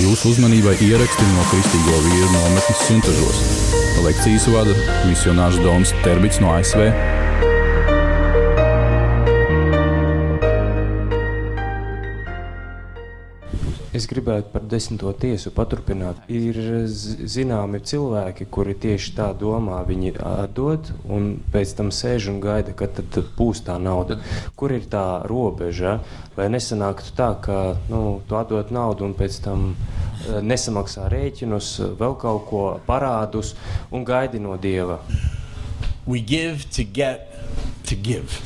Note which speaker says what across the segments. Speaker 1: Jūsu uzmanībai ieraksti no Kristīgo vīru nometnes Suntažos. Lekcijas vada misionārs Dons Terbits no ASV.
Speaker 2: Es gribētu par desmito tiesu paturpināt. Ir z- zināmi cilvēki, kuri tieši tā domā, viņi atdod un pēc tam sēž un gaida, kad tad būs tā nauda. Kur ir tā robeža, lai nesanāktu tā, ka nu, tu atdod naudu un pēc tam eh, nesamaksā rēķinus, vēl kaut ko parādus un gaidi no dieva?
Speaker 3: We give to get to give.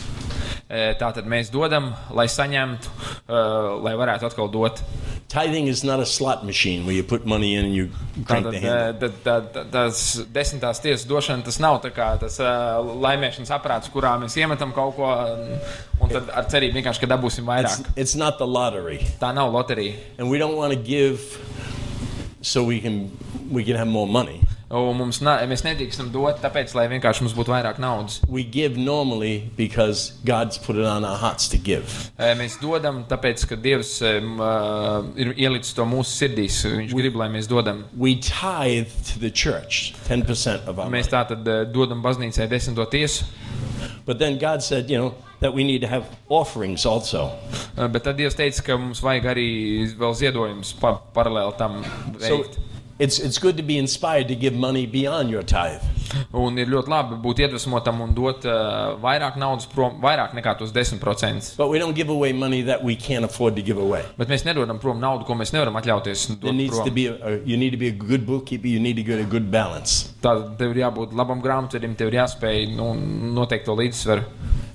Speaker 4: E, Tātad mēs dodam, lai saņemtu, e, lai varētu atkal dot.
Speaker 3: Tithing is not a slot machine where you put money in and you crank
Speaker 4: Tātad
Speaker 3: the
Speaker 4: e,
Speaker 3: handle.
Speaker 4: tā- tā- tā- tās desmitās tiesas došana tas nav tā kā tas e, laimēšanas aprāts, kurā mēs iemetam kaut ko un- un tad ar cerību vienkārši, ka dabūsim
Speaker 3: It's,
Speaker 4: vairāk.
Speaker 3: it's not the lottery,
Speaker 4: Tā nav loterija.
Speaker 3: and we don't want to give so we can we can have more money.
Speaker 4: Un mums na, mēs nedrīkstam dot, tāpēc, lai vienkārši mums būtu vairāk naudas.
Speaker 3: We give normally because God's put it on our hearts to give.
Speaker 4: E, Mēs dodam, tāpēc, ka Dievs e, m, e, ir ielicis to mūsu sirdīs. Viņš grib, lai mēs dodam.
Speaker 3: We tithe to the church, ten percent of our money.
Speaker 4: Mēs tā tad dodam baznīcai desmito tiesu.
Speaker 3: But then God said, you know, that we need to have offerings also.
Speaker 4: Eh, Bet tad Dievs teica, ka mums vajag arī vēl ziedojumus pa, paralēli tam
Speaker 3: So
Speaker 4: veikt.
Speaker 3: it's it's good to be inspired to give money beyond your tithe.
Speaker 4: Un ir ļoti labi būt iedvesmotam un dot uh, vairāk naudas, prom, vairāk nekā tos 10%.
Speaker 3: But we don't give away money that we can't afford to give away.
Speaker 4: Bet mēs nedodam prom naudu, ko mēs nevaram atļauties.
Speaker 3: There needs to be a, a- you need to be a good bookkeeper. You need to get a good balance.
Speaker 4: Tātad tev ir jābūt labam grāmatvedim, tev ir jāspēj nu, noteikt to līdzsvaru.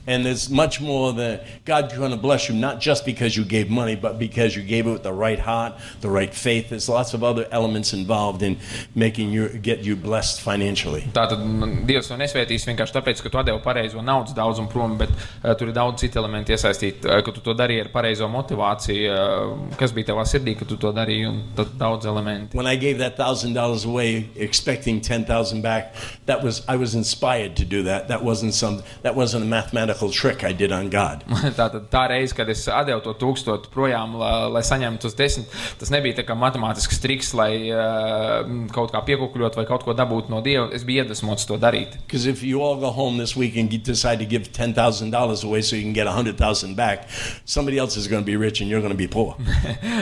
Speaker 3: And there's much more that God's going to bless you, not just because you gave money, but because you gave it with the right heart, the right faith. There's lots of other elements involved in making you get you blessed financially.
Speaker 4: Tātad mm, Dievs to nesvētīs vienkārši tāpēc, ka tu devi pareizo naudas daudzumu prom, bet uh, tur ir daudz citu elementu iesaistīti, uh, ka tu to darīji ar pareizo motivāciju, uh, kas bija tavā sirdī, ka tu to darīji, un tad daudz elementu.
Speaker 3: When I gave that thousand dollars away, expecting ten thousand back, that was I was inspired to do that. That wasn't some that wasn't a mathematical trick I did on God.
Speaker 4: Tā, tad, tā reize, kad es devu to tūkstošu projām, lai, lai saņemtu tos desmit, tas nebija tā kā matemātisks triks, lai uh, kaut kā piekukļot vai kaut ko dabūtu no dieva. Es biju iedvesmots to darīt.
Speaker 3: Because if you all go home this week and get- decide to give ten thousand dollars away so you can get a hundred thousand back, somebody else is going to be rich and you're going to be poor.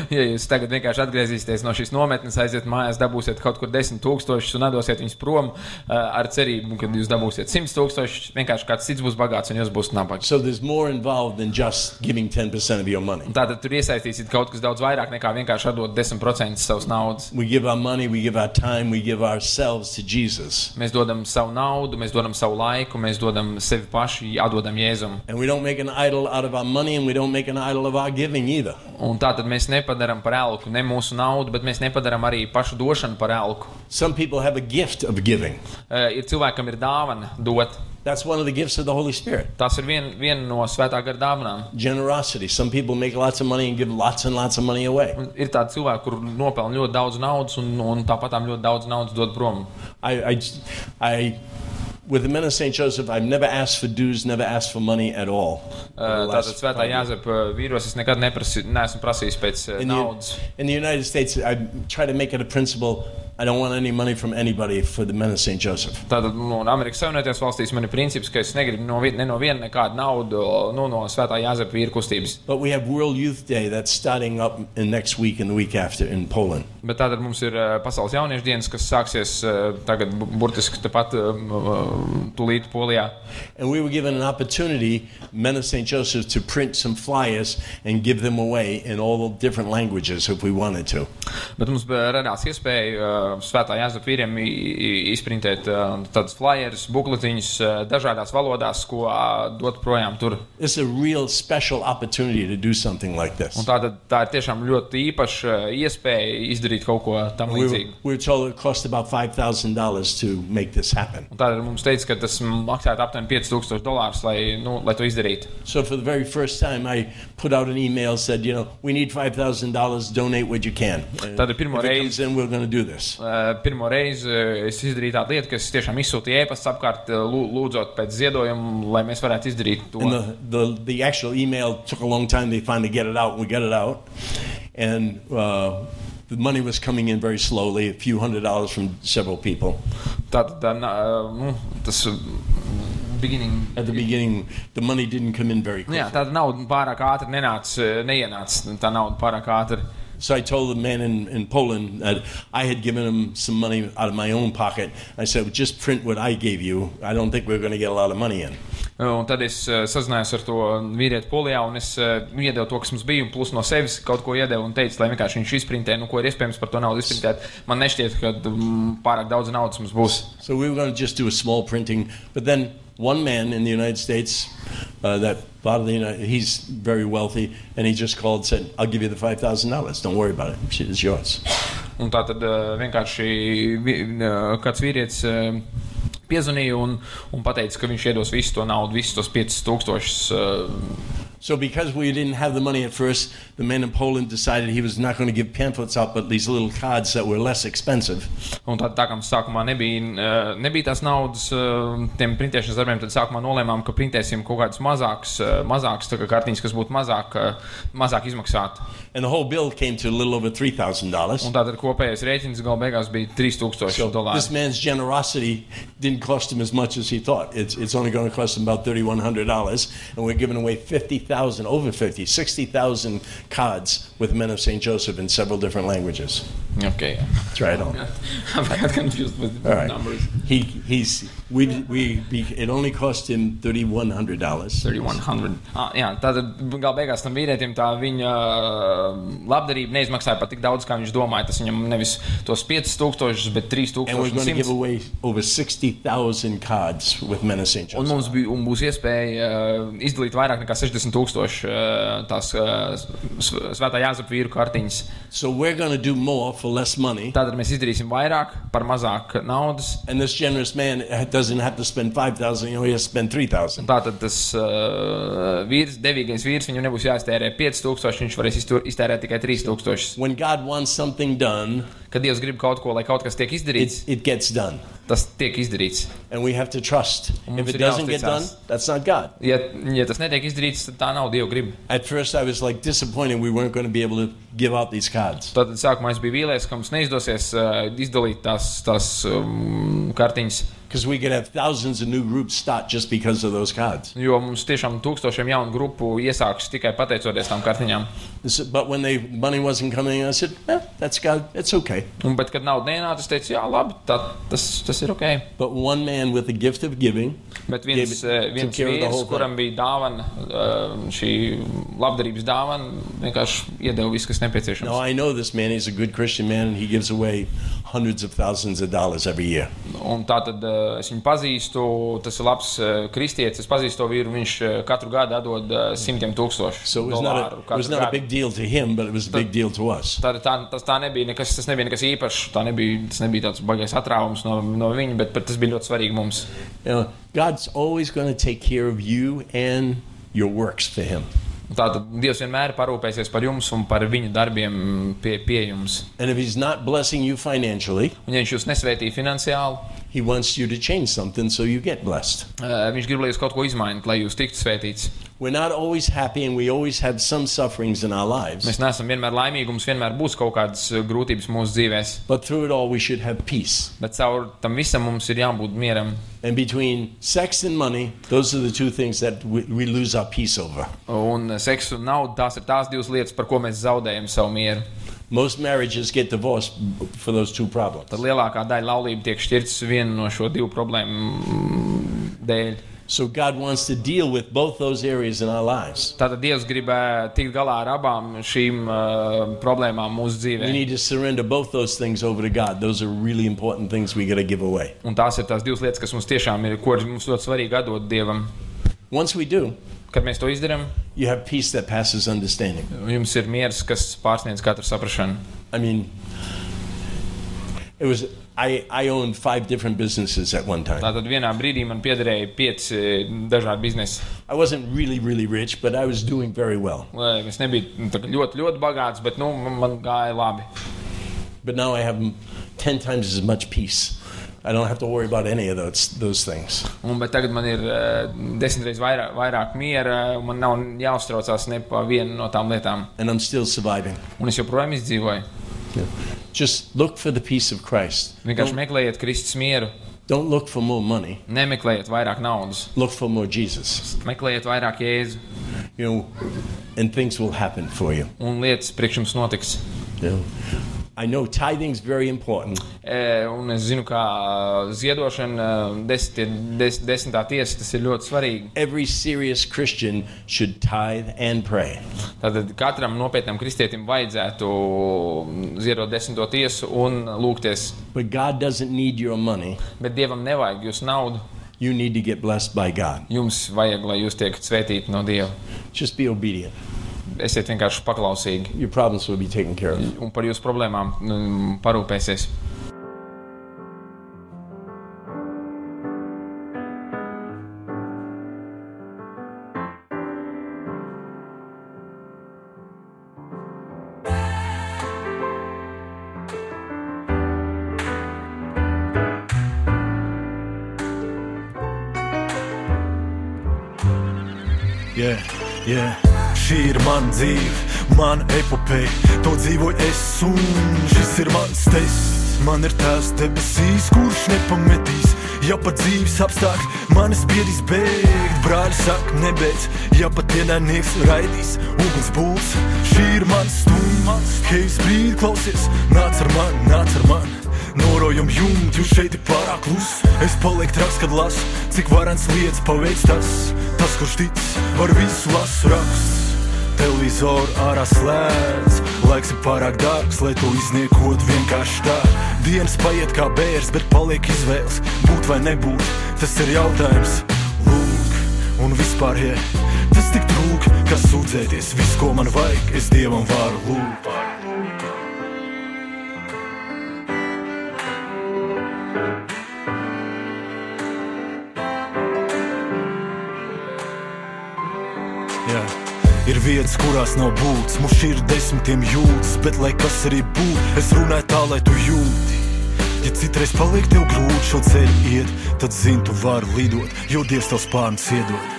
Speaker 4: ja jūs tagad vienkārši atgriezīsieties no šīs nometnes, aiziet mājās, dabūsiet kaut kur desmit tūkstošus un atdosiet viņus prom uh, ar cerību, ka jūs dabūsiet simts tūkstošus. Vienkārši kāds cits būs bagāts un jūs būsiet nabagi.
Speaker 3: so there's more involved than just giving ten percent of your money.
Speaker 4: Tātad tur iesaistīsiet kaut kas daudz vairāk nekā vienkārši atdot 10% savas naudas.
Speaker 3: We give our money, we give our time, we give ourselves to Jesus,
Speaker 4: Mēs dodam savu naudu, mēs dodam savu laiku, mēs dodam sevi paši, atdodam jēzumu.
Speaker 3: and we don't make an idol out of our money, and we don't make an idol of our giving either.
Speaker 4: Un tā tad mēs nepadarām par elku ne mūsu naudu, bet mēs nepadarām arī pašu došanu par elku.
Speaker 3: Some people have a gift of giving.
Speaker 4: Uh, ir cilvēkam ir dāvana dot.
Speaker 3: That's one of the gifts of the Holy Spirit.
Speaker 4: Tas ir viena vien no svētā gara dāvanām.
Speaker 3: Generosity. Some people make lots of money and give lots and lots of money away.
Speaker 4: Un Ir tādi cilvēki, kur nopelna ļoti daudz naudas, un, un tāpat tām ļoti daudz naudas dod prom.
Speaker 3: I, I, I with the men of St. Joseph, I've never asked for dues, never asked for money at all.
Speaker 4: Uh, Tātad svētā Jāzepa vīros es nekad neprasi, neesmu prasījis pēc uh,
Speaker 3: In
Speaker 4: naudas.
Speaker 3: the, in the United States, I try to make it a principle I don't want any money from anybody for the men of St. Joseph.
Speaker 4: Tātad, nu, un Amerikas Savienotajās valstīs man ir princips, ka es negribu no, vi- ne no viena nekādu naudu nu, no svētā Jāzepa vīra kustības.
Speaker 3: But we have World Youth Day that's starting up in next week and the week after in Poland.
Speaker 4: Bet tātad mums ir uh, pasaules jauniešu dienas, kas sāksies uh, tagad, bu- burtiski tepat uh, tūlīt Polijā.
Speaker 3: And we were given an opportunity, men of St. Joseph, to print some flyers and give them away in all the different languages if we wanted to.
Speaker 4: Bet mums bija radās iespēja uh, svētā jāsaka vīriem i- i- izprintēt uh, tādas flyerus, bukletiņus uh, dažādās valodās, ko uh, dot projām tur.
Speaker 3: This is a real special opportunity to do something like this.
Speaker 4: Un tā, tad, tā ir tiešām ļoti īpaša uh, iespēja izdarīt kaut ko tam
Speaker 3: We were,
Speaker 4: līdzīgu.
Speaker 3: we were told it cost about $5,000 to make this happen.
Speaker 4: Un Tādēļ mums teica, ka tas maksātu aptuveni 5000 dolārus, lai, nu, lai to izdarītu.
Speaker 3: So for the very first time, I put out an email, said, you know, we need $5,000, donate what you can. And
Speaker 4: Tad pirmo
Speaker 3: if it
Speaker 4: reizi-
Speaker 3: comes in, we're going to do this.
Speaker 4: Uh, Pirmo reizi uh, es izdarīju tādu lietu, ka es tiešām izsūtīju ēpastu apkārt, uh, lū- lūdzot pēc ziedojuma, lai mēs varētu izdarīt to.
Speaker 3: And the, the, the actual email took a long time. They finally get it out. We got it out. And uh, the money was coming in very slowly, a few hundred dollars from several people.
Speaker 4: Tā, tā, nā, nu, tas uh, beginning. Nu
Speaker 3: At the beginning, the money didn't come in very quickly.
Speaker 4: Jā, tāda nauda pārāk ātri nenāca, uh, neienāca. Tā nauda pārāk ātri.
Speaker 3: So I told the man in, in Poland that I had given him some money out of my own pocket. I said, well, just print what I gave you. I don't think we're going to get a lot of money in.
Speaker 4: Un tad es uh, sazinājos ar to vīrieti polijā, un es uh, nu, iedevu to, kas mums bija, un plus no sevis kaut ko iedevu un teicu, lai vienkārši viņš izprintē, nu, ko ir iespējams par to naudu izprintēt. Man nešķiet, ka mm, pārāk daudz naudas mums būs.
Speaker 3: So we were going to just do a small printing. But then one man in the United States, uh, that part of the United, he's very wealthy, and he just called and said, I'll give you the $5,000. Don't worry about it. Shit is yours.
Speaker 4: Un tā tad eh, vienkārši vi- eh, kāds vīrietis eh, piezvanīja un, un teica, ka viņš iedos visu to naudu, visus tos 5000. eh,
Speaker 3: So because we didn't have the money at first, the man in Poland decided he was not going to give pamphlets out, but these little cards that were less expensive.
Speaker 4: Un tā, tā kā mums sākumā nebija, eh, nebija tās naudas eh, tiem printēšanas darbiem, tad sākumā nolēmām, ka printēsim kaut kādus mazākus, eh, mazākus tā kā kartiņus, kas būtu mazāk, eh, mazāk izmaksāti.
Speaker 3: And the whole bill came to a little over
Speaker 4: Un
Speaker 3: $3,000.
Speaker 4: tātad kopējais rēķins gala beigās bija 3000
Speaker 3: So this
Speaker 4: dolāru.
Speaker 3: man's generosity didn't cost him as much as he thought. It's, it's only going to cost him about $3,100, and we're giving away 50,000, over 50, 60,000 cards with Men of St. Joseph in several different languages.
Speaker 4: Okay.
Speaker 3: Try it on.
Speaker 4: I've got confused with the
Speaker 3: All right.
Speaker 4: numbers.
Speaker 3: He, he's, we, we, it only cost him $3,100.
Speaker 4: 3100. Ah, jā, tātad gala beigās tam vīrietim tā viņa ā, labdarība neizmaksāja pat tik daudz, kā viņš domāja. Tas viņam nevis tos 5000, bet
Speaker 3: And we're going to give
Speaker 4: 3000.
Speaker 3: away over 60,000 cards with Men of St.
Speaker 4: Un
Speaker 3: Joseph.
Speaker 4: mums bija, un būs iespēja uh, izdalīt vairāk nekā 60,000 uh, tās uh, sv- svētā jāsaka vīru kartiņas.
Speaker 3: So we're going to do more for less money.
Speaker 4: Tātad mēs izdarīsim vairāk par mazāk naudas.
Speaker 3: And this generous man doesn't have to spend 5,000, he only has to spend 3,000.
Speaker 4: Tātad tas uh, vīrs, devīgais vīrs, viņam nebūs jāiztērē 5000, viņš varēs iztur- iztērēt tikai 3000.
Speaker 3: When God wants something done,
Speaker 4: Kad Dievs grib kaut ko, lai kaut kas tiek izdarīts,
Speaker 3: it, it gets done.
Speaker 4: tas tiek izdarīts.
Speaker 3: And we have to trust. If
Speaker 4: mums
Speaker 3: it
Speaker 4: ir
Speaker 3: doesn't get done,
Speaker 4: jāuzticas.
Speaker 3: that's not God.
Speaker 4: Ja, ja tas netiek izdarīts, tad tā nav Dieva griba.
Speaker 3: At first, I was like disappointed we weren't going to be able to give out these cards.
Speaker 4: Tad sākumā es biju vīlies, ka mums neizdosies uh, izdalīt tās, tās um, kartiņas,
Speaker 3: Because we could have thousands of new groups start just because of those cards.
Speaker 4: jo mums tiešām tūkstošiem jaunu grupu iesāks tikai pateicoties tām kartiņām.
Speaker 3: And so- But when the money wasn't coming, I said, eh, that's God, it's okay.
Speaker 4: Un, bet, kad nauda nenāca, es teicu, jā, labi, tā, tas, tas ir ok.
Speaker 3: But one man with the gift of giving
Speaker 4: Bet viens,
Speaker 3: David
Speaker 4: eh,
Speaker 3: took
Speaker 4: viens
Speaker 3: care of the whole
Speaker 4: vīrs,
Speaker 3: thing.
Speaker 4: kuram bija dāvana, eh, šī labdarības dāvana, vienkārši iedeva visu, kas nepieciešams.
Speaker 3: Now I know this man. He's a good Christian man, and he gives away hundreds of thousands of dollars every year.
Speaker 4: Un tā tad eh, es viņu pazīstu. Tas ir labs eh, kristietis. Es pazīstu to vīru. Viņš eh, katru gadu dod simtiem tūkstošu
Speaker 3: So it was not a,
Speaker 4: dolāru.
Speaker 3: it was
Speaker 4: katru
Speaker 3: not a
Speaker 4: gadu.
Speaker 3: big deal to him, but it was a big deal to us.
Speaker 4: Tā, tā, tas, tā nebija nekas, tas nebija nekas īpašs. Tā nebija, tas nebija tāds baisais atrāvums no, no viņa, bet, bet tas bija ļoti svarīgi mums.
Speaker 3: You know, God's always going to take care of you and your works for Him.
Speaker 4: Tātad Dievs vienmēr parūpēsies par jums un par viņu darbiem pie, pie jums.
Speaker 3: And if He's not blessing you financially,
Speaker 4: Un, ja viņš jūs nesveitīja finansiāli,
Speaker 3: He wants you to change something so you get blessed.
Speaker 4: eh, viņš grib, lai jūs kaut ko izmainītu, lai jūs tiktu sveitīts.
Speaker 3: We're not always happy, and we always have some sufferings in our lives.
Speaker 4: Mēs neesam vienmēr laimīgi, mums vienmēr būs kaut kādas eh, grūtības mūsu dzīvēm.
Speaker 3: But through it all, we should have peace.
Speaker 4: Bet caur tam visam mums ir jābūt mieram.
Speaker 3: And between sex and money, those are the two things that we, we lose our peace over.
Speaker 4: Un seks un nauda tās ir tās divas lietas, par ko mēs zaudējam savu mieru.
Speaker 3: Most marriages get divorced for those two problems.
Speaker 4: Tad lielākā daļa laulību tiek šķirts viena no šo divu problēmu dēļ.
Speaker 3: So God wants to deal with both those areas in our lives.
Speaker 4: Tātad Dievs grib ē, tikt galā ar abām šīm uh, problēmām mūsu
Speaker 3: We
Speaker 4: dzīvē.
Speaker 3: need to surrender both those things over to God. Those are really important things we got to give away.
Speaker 4: Un tās ir tās divas lietas, kas mums tiešām ir, ko ir mums ļoti svarīgi dot Dievam.
Speaker 3: Once we do,
Speaker 4: Kad mēs to izdarām,
Speaker 3: you have peace that passes understanding.
Speaker 4: jums ir miers, kas pārsniedz katru saprāšanu.
Speaker 3: I mean, it was I, I owned five different businesses at one time.
Speaker 4: Tātad vienā brīdī man piederēja pieci ē, dažādi biznesi.
Speaker 3: I wasn't really really rich, but I was doing very well.
Speaker 4: Lai Es nebiju nu, tā kā ļoti, ļoti bagāts, bet nu, man- man gāja labi.
Speaker 3: But now I have ten times as much peace. I don't have to worry about any of those those things.
Speaker 4: Un, bet tagad man ir eh, desmit reizes vairāk, vairāk miera, un man nav jāuztraucās ne par vienu no tām lietām.
Speaker 3: And I'm still surviving.
Speaker 4: Un es joprojām izdzīvoju.
Speaker 3: Just look for the peace of Christ.
Speaker 4: Vienkārši meklējiet Kristus mieru,
Speaker 3: Don't look for more money.
Speaker 4: nemeklējiet vairāk naudas,
Speaker 3: Look for more Jesus.
Speaker 4: meklējiet vairāk jēzu,
Speaker 3: You know, and things will happen for you.
Speaker 4: un lietas priekš jums notiks.
Speaker 3: you know. I know tithing's very important.
Speaker 4: E, Un es zinu, ka ā, ziedošana, ā, desmitie, des, desmitā tiesa, tas ir ļoti svarīgi.
Speaker 3: Every serious Christian should tithe and pray.
Speaker 4: Tātad katram nopietnam kristietim vajadzētu ziedot desmito tiesu un lūgties.
Speaker 3: But God doesn't need your money.
Speaker 4: Bet dievam nevajag jūsu naudu.
Speaker 3: You need to get blessed by God.
Speaker 4: Jums vajag, lai jūs tiekat svētīti no dieva.
Speaker 3: Just be obedient.
Speaker 4: Esiet vienkārši paklausīgi
Speaker 3: Your problems will be taken care of.
Speaker 4: un par jūsu problēmām mm, parūpēsies.
Speaker 5: Yeah, yeah. Šī ir mana dzīve, mana epopeja. To dzīvoju es, un šis ir mans tests. Man ir tās debesīs, kurš nepametīs. Ja pat dzīves apstākļi manis biedīs bēgt, brāļi saka, nebeidz. Ja pat ienaidnieks raidīs uguns būs, šī ir mana stunda. Keivs brīdi klausies, nāc ar mani, nāc ar mani. Norojam jumtu, jūs šeit ir pārāk klusi. Es palieku traks, kad lasu, cik varans lietas paveic tas. Tas, kurš tic, var visu lasu rakst. Televizoru ārā slēdz, laiks ir pārāk dārgs, lai to izniekot vienkārši tā. Dienas paiet kā bērns, bet paliek izvēles, būt vai nebūt, tas ir jautājums. Lūk, un vispār, ja tas tik trūk, kas sūdzēties, viss, ko man vajag, es dievam varu lūgt. Jā. Ir vietas, kurās nav būts, mums ir desmitiem jūtas, bet lai kas arī būtu, es runāju tā, lai tu jūti. Ja citreiz paliek tev grūti šo ceļu iet, tad zini, tu vari lidot, jo Dievs tev spārns iedod.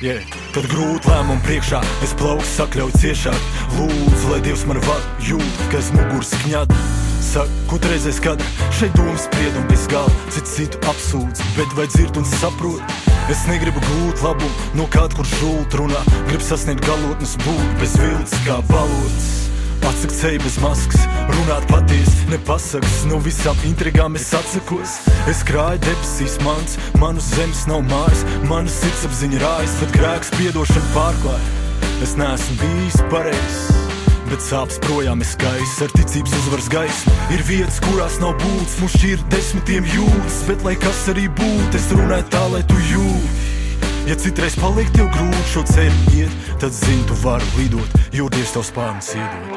Speaker 5: Yeah. Tad grūti lēmumu priekšā, es plauku sakļauju ciešāk. Lūdzu, lai Dievs man vada, jūt, ka es muguras kņādu. Saku, reizē skatu, šeit domas spriedumu bez gala, cits citu apsūdz, bet vai dzird un saprot? Es negribu gūt labumu no kāda, kurš žūt runā, gribu sasniegt galotnes būt bez vilnas kā balots. Atsakt seju bez maskas, runāt patiesi, nepasakas no visām intrigām es atsakos. Es krāju debesīs, mans, manas zemes nav mājas, manas sirdsapziņa rājas, bet grēks piedošana pārklāja. Es neesmu bijis pareizs. Bet sāpes projām ir skaists, ar ticības uzvaras gaismu. Ir vietas, kurās nav būts, mums ir desmitiem jūtas, bet lai kas arī būtu, es runāju tā, lai tu jūti. Ja citreiz paliek tev grūti šo ceļu iet, tad zini, tu vari lidot, jo Dievs tev spārns iedod.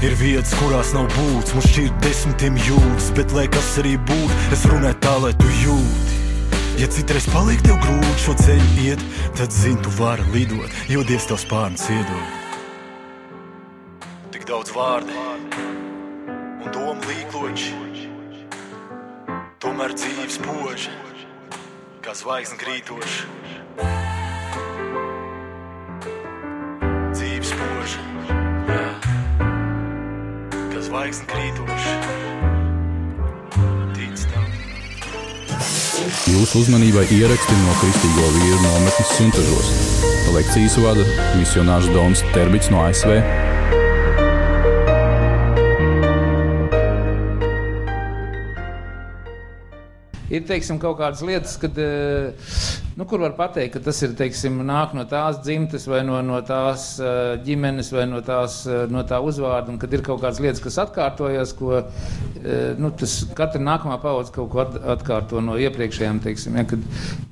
Speaker 5: Ir vietas, kurās nav būts, mums ir desmitiem jūtas, bet lai kas arī būtu, es runāju tā, lai tu jūti. Ja citreiz paliek tev grūti šo ceļu iet, tad zini, tu vari lidot, jo Dievs tev spārns iedod. Tik daudz vārdu un domu līkloči, tomēr dzīves poži, kā zvaigznes grītoši. Dzīves poži, jā, kā zvaigznes grītoši. Tic tam.
Speaker 1: Jūsu uzmanībai ieraksti no Kristīgo vīru nometnes Suntažos. Lekcijas vada misionārs Dons Terbits no ASV.
Speaker 6: ir teiksim, kaut kādas lietas, kad, eh, nu, kur var pateikt, ka tas ir teiksim, nāk no tās dzimtes, vai no, no tās eh, ģimenes, vai no, tās, eh, no tā uzvārda. un Kad ir kaut kādas lietas, kas atkārtojas, ko eh, nu, tas katra nākamā paudze kaut ko at- atkārto no iepriekšējām. Teiksim, ja, kad,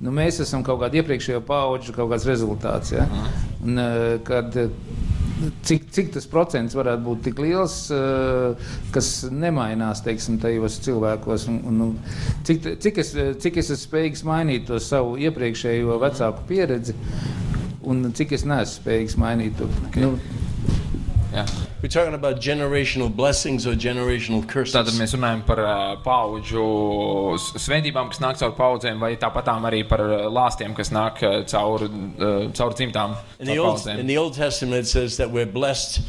Speaker 6: nu, mēs esam kaut kāda iepriekšējo paudžu kaut kāds rezultāts. Ja, un, eh, kad, eh, Cik, cik tas procents varētu būt tik liels, eh, kas nemainās teiksim, tajos cilvēkos? Un, un, un cik, t- cik, es, eh, cik es esmu spējīgs mainīt to savu iepriekšējo vecāku pieredzi? un cik es neesmu spējīgs mainīt to. Nu,
Speaker 4: Jā.
Speaker 3: We're talking about generational blessings or generational curses.
Speaker 4: Tātad mēs runājam par ā, paudžu s- svētībām, kas nāk caur paudzēm, vai tāpatām arī par ā, lāstiem, kas nāk ā, caur, ā, caur dzimtām.
Speaker 3: In
Speaker 4: caur
Speaker 3: the, Old,
Speaker 4: paudzēm.
Speaker 3: in the Old Testament, it says that we're blessed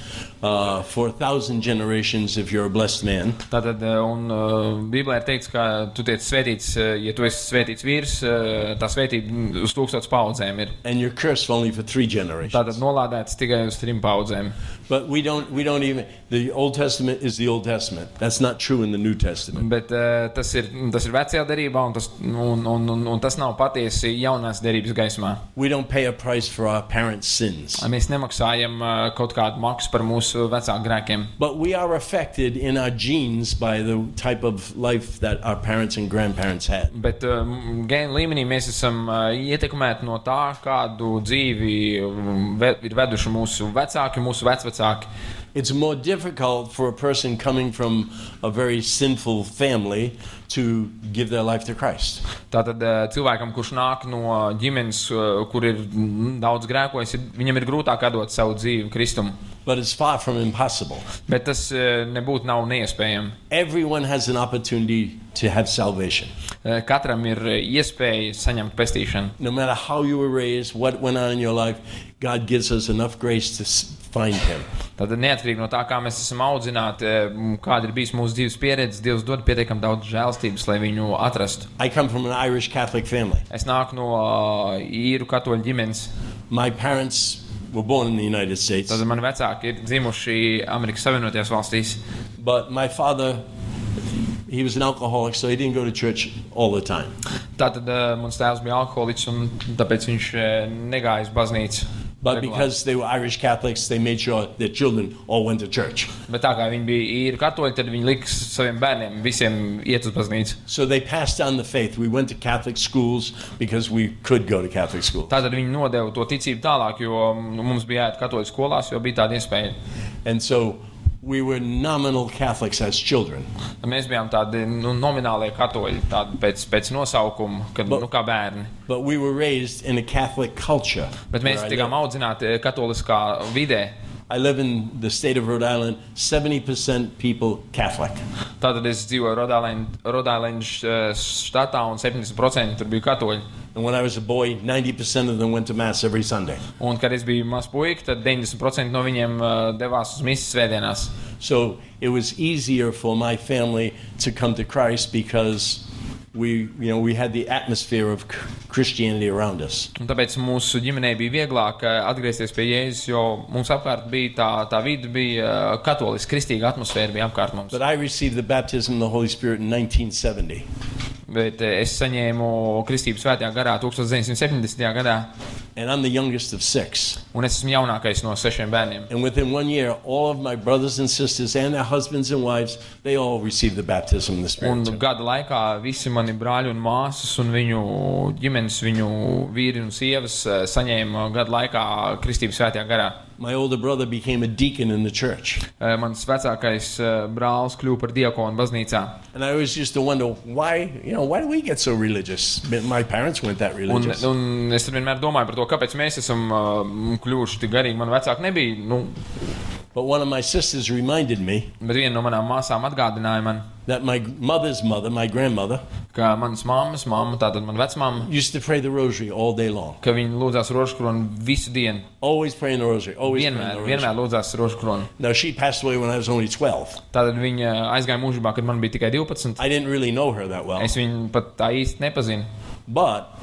Speaker 3: uh, for a thousand generations if you're a blessed man.
Speaker 4: Tātad, eh, un eh, Bībelē ir teikts, ka tu tiec svētīts, eh, ja tu esi svētīts vīrs, eh, tā svētība mm, uz tūkstotis paudzēm ir.
Speaker 3: And you're cursed only for three generations.
Speaker 4: Tātad nolādēts tikai uz trim paudzēm.
Speaker 3: But we don't, we don't even, the Old Testament is the Old Testament. That's not true in the New Testament.
Speaker 4: Bet eh, tas ir, tas ir vecajā derībā, un tas, un, un, un, un tas nav patiesi jaunās derības gaismā.
Speaker 3: We don't pay a price for our parents' sins.
Speaker 4: Mēs nemaksājam eh, kaut kādu maksu par mūsu vecāku grēkiem.
Speaker 3: But we are affected in our genes by the type of life that our parents and grandparents had.
Speaker 4: Bet um, gēnu līmenī mēs esam uh, ietekmēti no tā, kādu dzīvi um, ve ir veduši mūsu vecāki, mūsu vecvecāki.
Speaker 3: It's more difficult for a person coming from a very sinful family to give their life to Christ.
Speaker 4: Tātad uh, cilvēkam, kurš nāk no ģimenes, uh, kur ir mm, daudz grēkojas, ir, viņam ir grūtāk atdot savu dzīvi Kristum.
Speaker 3: But it's far from impossible.
Speaker 4: Bet tas uh, nebūtu nav neiespējami.
Speaker 3: Everyone has an opportunity to have salvation.
Speaker 4: Uh, Katram ir uh, iespēja saņemt pestīšanu.
Speaker 3: No matter how you were raised, what went on in your life, God gives us enough grace to s- find Him.
Speaker 4: Tātad neatkarīgi no tā, kā mēs esam audzināti, uh, kāda ir bijusi mūsu dzīves pieredze, Dievs dod pietiekami daudz žēlstības, lai viņu atrastu.
Speaker 3: I come from an Irish Catholic family.
Speaker 4: Es nāku no ā, īru katoļu ģimenes.
Speaker 3: My parents were born in the United States,
Speaker 4: Tad man vecāki ir dzimuši Amerikas Savienotajās valstīs.
Speaker 3: but my father, he was an alcoholic, so he didn't go to church all the time.
Speaker 4: Tātad ā, mans tēvs bija alkoholiķis, un tāpēc viņš ā, negāja uz baznīcu.
Speaker 3: But
Speaker 4: regulāri.
Speaker 3: because they were Irish Catholics, they made sure their children all went to church.
Speaker 4: Bet tā kā viņi bija īri katoļi, tad viņi lika saviem bērniem visiem iet uz baznīcu.
Speaker 3: So they passed down the faith. We went to Catholic schools because we could go to Catholic school.
Speaker 4: Tātad viņi nodeva to ticību tālāk, jo nu, mums bija jāiet katoļu skolās, jo bija tāda iespēja.
Speaker 3: And so we were nominal Catholics as children.
Speaker 4: Mēs bijām tādi nu, nominālie katoļi, tādi pēc, pēc nosaukuma, kad, nu, kā bērni.
Speaker 3: But we were raised in a Catholic culture.
Speaker 4: Bet mēs
Speaker 3: where I,
Speaker 4: tikām
Speaker 3: live.
Speaker 4: audzināti ā, katoliskā vidē.
Speaker 3: I live in the state of Rhode Island, 70% people Catholic.
Speaker 4: Tātad es dzīvoju Rodālēnas eh, štatā, un 70% tur bija katoļi.
Speaker 3: And when I was a boy, 90% of them went to Mass every Sunday.
Speaker 4: Un, kad es biju mazs puika, tad 90% no viņiem uh, devās uz misijas svētdienās.
Speaker 3: So it was easier for my family to come to Christ because we, you know, we had the atmosphere of c- Christianity around us.
Speaker 4: Un tāpēc mūsu ģimenei bija vieglāk uh, atgriezties pie Jēzus, jo mums apkārt bija tā, tā vide, bija uh, katoliska, kristīga atmosfēra bija apkārt mums.
Speaker 3: But I received the baptism of the Holy Spirit in 1970.
Speaker 4: Bet uh, es saņēmu kristību svētajā garā 1970. gadā,
Speaker 3: And I'm the youngest of six.
Speaker 4: un es esmu jaunākais no sešiem bērniem.
Speaker 3: And within one year, all of my brothers and sisters and their husbands and wives, they all received the baptism of the Spirit.
Speaker 4: Un
Speaker 3: too.
Speaker 4: gada laikā visi mani brāļi un māsas un viņu ģimenes, viņu vīri un sievas eh, saņēma gada laikā kristības svētajā garā.
Speaker 3: My older brother became a deacon in the church.
Speaker 4: Eh, Mans vecākais eh, brālis kļuva par diakonu baznīcā.
Speaker 3: And I always used to wonder why, you know, why do we get so religious? My parents weren't that
Speaker 4: Un,
Speaker 3: religious.
Speaker 4: un es tad vienmēr domāju par to, kāpēc mēs esam eh, kļuvuši tik garīgi. Man vecāki nebija, nu,
Speaker 3: But one of my sisters reminded me
Speaker 4: bet viena no manām māsām atgādināja man,
Speaker 3: that my mother's mother, my grandmother,
Speaker 4: ka manas mammas, mamma, tātad mana vecmāma,
Speaker 3: used to pray the rosary all day long.
Speaker 4: ka viņa lūdzās rožkronu visu dienu.
Speaker 3: Always praying the rosary. Always praying
Speaker 4: Vienmēr,
Speaker 3: the rosary.
Speaker 4: vienmēr lūdzās rožkronu.
Speaker 3: Now she passed away when I was only 12.
Speaker 4: Tātad viņa aizgāja mūžībā, kad man bija tikai 12.
Speaker 3: I didn't really know her that well,
Speaker 4: Es viņu pat tā īsti nepazinu.
Speaker 3: but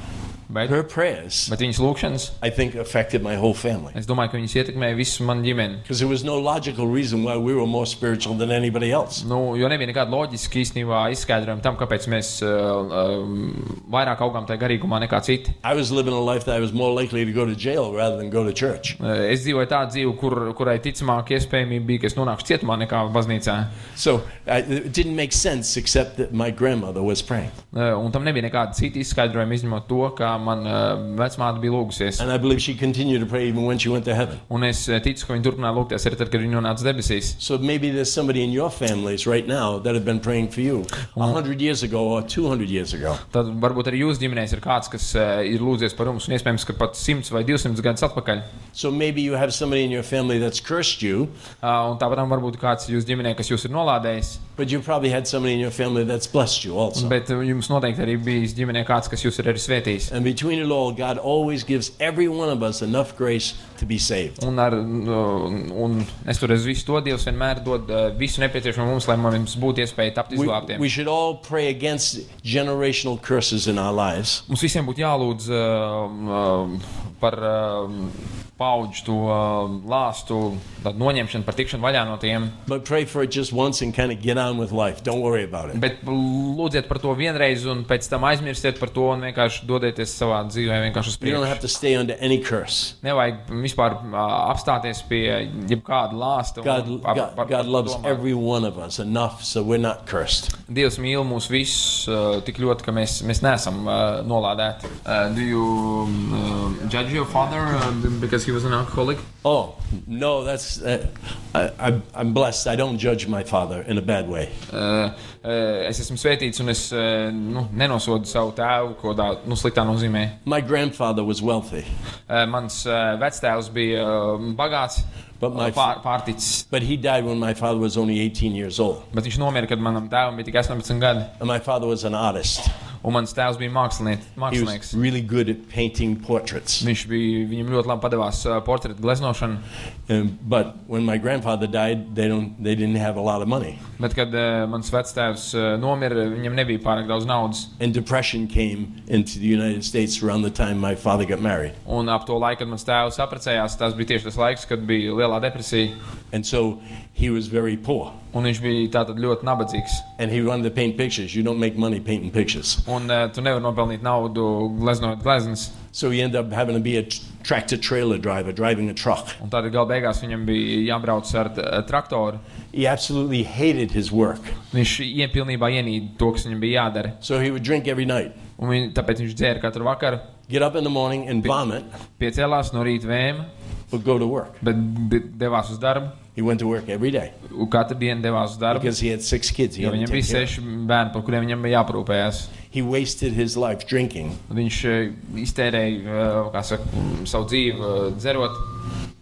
Speaker 4: Bet,
Speaker 3: her prayers,
Speaker 4: bet viņas lūkšanas,
Speaker 3: I think, affected my whole family.
Speaker 4: es domāju, ka viņas ietekmēja visu manu ģimeni.
Speaker 3: Because there was no logical reason why we were more spiritual than anybody else.
Speaker 4: Nu, jo nebija nekāda loģiska īstenībā izskaidrojuma tam, kāpēc mēs uh, um, vairāk augām tajā garīgumā nekā citi.
Speaker 3: I was living a life that I was more likely to go to jail rather than go to church.
Speaker 4: Uh, Es dzīvoju tādu dzīvi, kur, kurai ticamāk iespējamība bija, ka es nonākšu cietumā nekā baznīcā.
Speaker 3: So I, it didn't make sense except that my grandmother was praying.
Speaker 4: Eh, Uh, Un tam nebija nekāda cita izskaidrojuma, izņemot to, ka man uh, vecmāte bija lūgusies.
Speaker 3: And I believe she continued to pray even when she went to heaven.
Speaker 4: Un es eh, ticu, ka viņi turpināja lūgties arī tad, kad viņi nonāca debesīs.
Speaker 3: So maybe there's somebody in your families right now that have been praying for you 100 years ago or 200 years ago.
Speaker 4: Tad varbūt arī jūs ģimenēs ir kāds, kas eh, ir lūdzies par jums, un iespējams, ka pat 100 vai 200 gadus atpakaļ.
Speaker 3: So maybe you have somebody in your family that's cursed you,
Speaker 4: Uh, un tāpat tam varbūt kāds jūsu ģimenē, kas jūs ir nolādējis,
Speaker 3: but you probably had somebody in your family that's blessed you also.
Speaker 4: bet eh, jums noteikti arī bijis ģimenē kāds, kas jūs ir arī svētījis.
Speaker 3: And between it all, God always gives every one of us enough grace to be saved.
Speaker 4: Un, ar, un, un es tur esmu visu to Dievs vienmēr dod eh, visu nepieciešamo mums, lai mums būtu iespēja tapt
Speaker 3: We,
Speaker 4: izglābtiem.
Speaker 3: we should all pray against generational curses in our lives.
Speaker 4: Mums visiem būtu jālūdz um, um, par um, paudžu to um, lāstu tad noņemšanu, par tikšanu vaļā no tiem.
Speaker 3: But pray for it just once and kind of get on with life. Don't worry about it.
Speaker 4: Bet lūdziet par to vienreiz, un pēc tam aizmirstiet par to un vienkārši dodieties savā dzīvē, vienkārši uz
Speaker 3: You don't have
Speaker 4: priekšu.
Speaker 3: to stay under any curse.
Speaker 4: Nevajag vispār uh, apstāties pie jebkāda lāsta. un
Speaker 3: God,
Speaker 4: par- par-
Speaker 3: God,
Speaker 4: par
Speaker 3: God
Speaker 4: to
Speaker 3: loves
Speaker 4: domāt.
Speaker 3: every one of us enough so we're not cursed.
Speaker 4: Dievs mīl mūs visus uh, tik ļoti, ka mēs, mēs neesam uh, nolādēti. Uh, do you um, judge your father uh, because he was an alcoholic?
Speaker 3: Oh, no, that's. Uh, I, I'm, I'm blessed. I don't judge my father in a bad way.
Speaker 4: Uh, uh, es esmu svētīts, un es uh, nu, nenosodu savu tēvu kaut kādā nu, sliktā nozīmē.
Speaker 3: My grandfather was wealthy,
Speaker 4: Uh, mans uh, vectēvs bija uh, bagāts,
Speaker 3: But my-
Speaker 4: pār, pārticis,
Speaker 3: but he died when my father was only 18 years old.
Speaker 4: bet viņš nomira, kad manam tēvam bija tikai 18 gadi.
Speaker 3: And my father was an artist.
Speaker 4: Un mans tēvs bija māksliniec-
Speaker 3: He was
Speaker 4: mākslinieks.
Speaker 3: really good at painting portraits.
Speaker 4: Viņš bija, viņam ļoti labi padavās uh, portretu gleznošana,
Speaker 3: Um, but when my grandfather died, they, don't, they didn't have a lot of money.
Speaker 4: bet, kad uh, mans vectēvs uh, nomira, viņam nebija pārāk daudz naudas.
Speaker 3: And depression came into the United States around the time my father got married.
Speaker 4: Un ap to laiku, kad mans tēvs apprecējās, tas bija tieši tas laiks, kad bija lielā depresija,
Speaker 3: And so he was very poor.
Speaker 4: un viņš bija tātad ļoti nabadzīgs.
Speaker 3: And he wanted to paint pictures. You don't make money painting pictures.
Speaker 4: Un uh, tu nevari nopelnīt naudu, gleznojot gleznas.
Speaker 3: So he ended up having to be a tr- tractor trailer driver, driving a truck.
Speaker 4: Un tad gala beigās viņam bija jābrauc ar uh, traktoru.
Speaker 3: He absolutely hated his work.
Speaker 4: Viņš ie- pilnībā ienīda to, kas viņam bija jādara.
Speaker 3: So he would drink every night,
Speaker 4: Un viņ, tāpēc viņš dzēra katru vakaru,
Speaker 3: get up in the morning and vomit,
Speaker 4: piecēlās no rīta vēma,
Speaker 3: but go to work.
Speaker 4: bet de- devās uz darbu.
Speaker 3: He went to work every day
Speaker 4: Un katru dienu devās uz darbu.
Speaker 3: because he had six kids. He,
Speaker 4: Jo
Speaker 3: had to
Speaker 4: viņam
Speaker 3: take
Speaker 4: bija
Speaker 3: care of.
Speaker 4: seši bērni, par kuriem viņam bija jāparūpējas.
Speaker 3: he wasted his life drinking,
Speaker 4: Viņš uh, iztērēja uh, kā saka, mm, savu dzīvi, uh, dzerot,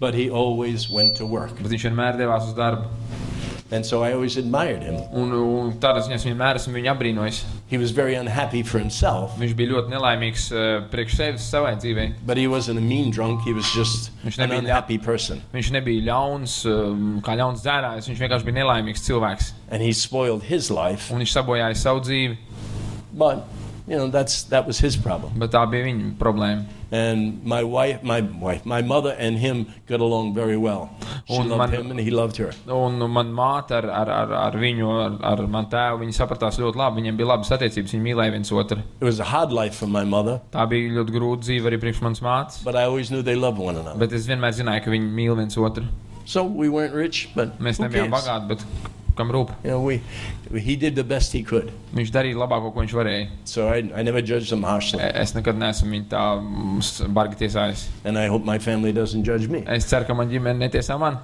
Speaker 3: but he always went to work.
Speaker 4: bet viņš vienmēr devās uz darbu.
Speaker 3: And so I always admired him.
Speaker 4: Un, un tādas viņas vienmēr esmu viņu apbrīnojis.
Speaker 3: He was very unhappy for himself,
Speaker 4: Viņš bija ļoti nelaimīgs uh, priekš sevis savai dzīvei.
Speaker 3: but he wasn't a mean drunk. He was just
Speaker 4: Viņš
Speaker 3: an
Speaker 4: nebija ne-
Speaker 3: unhappy person.
Speaker 4: Viņš nebija ļauns, um, kā ļauns dzērājs. Viņš vienkārši bija nelaimīgs cilvēks.
Speaker 3: And he spoiled his life.
Speaker 4: Un viņš sabojāja savu dzīvi,
Speaker 3: But, you know, that's, that was his problem.
Speaker 4: bet tā bija viņa problēma.
Speaker 3: And my wife, my wife, my mother and him got along very well. She
Speaker 4: Oh,
Speaker 3: loved
Speaker 4: man.
Speaker 3: him and he loved her.
Speaker 4: Un manā māte ar, ar, ar, ar viņu, ar, ar manu tēvu, viņi sapratās ļoti labi. Viņiem bija labas attiecības, viņi mīlēja viens otru.
Speaker 3: It was a hard life for my mother,
Speaker 4: Tā bija ļoti grūta dzīve arī priekš manas mātes.
Speaker 3: but I always knew they loved one another.
Speaker 4: Bet es vienmēr zināju, ka viņi mīl viens otru.
Speaker 3: So we weren't rich, but
Speaker 4: Mēs
Speaker 3: who
Speaker 4: nebijām
Speaker 3: cares?
Speaker 4: bagāti, bet kam rūp?
Speaker 3: You know, we, he did the best he could.
Speaker 4: Viņš darīja labāko, ko viņš varēja.
Speaker 3: So I, I never judged him harshly,
Speaker 4: E- Es nekad neesmu viņu tā mm, s- bargi tiesājis.
Speaker 3: and I hope my family doesn't judge me.
Speaker 4: Es ceru, ka man ģimene netiesā man.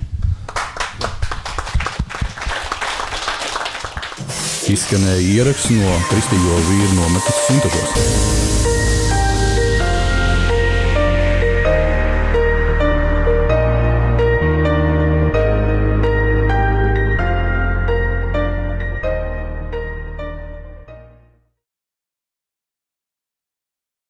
Speaker 1: Izskanēja ieraksts no Kristīgo vīru nometnes simtažos.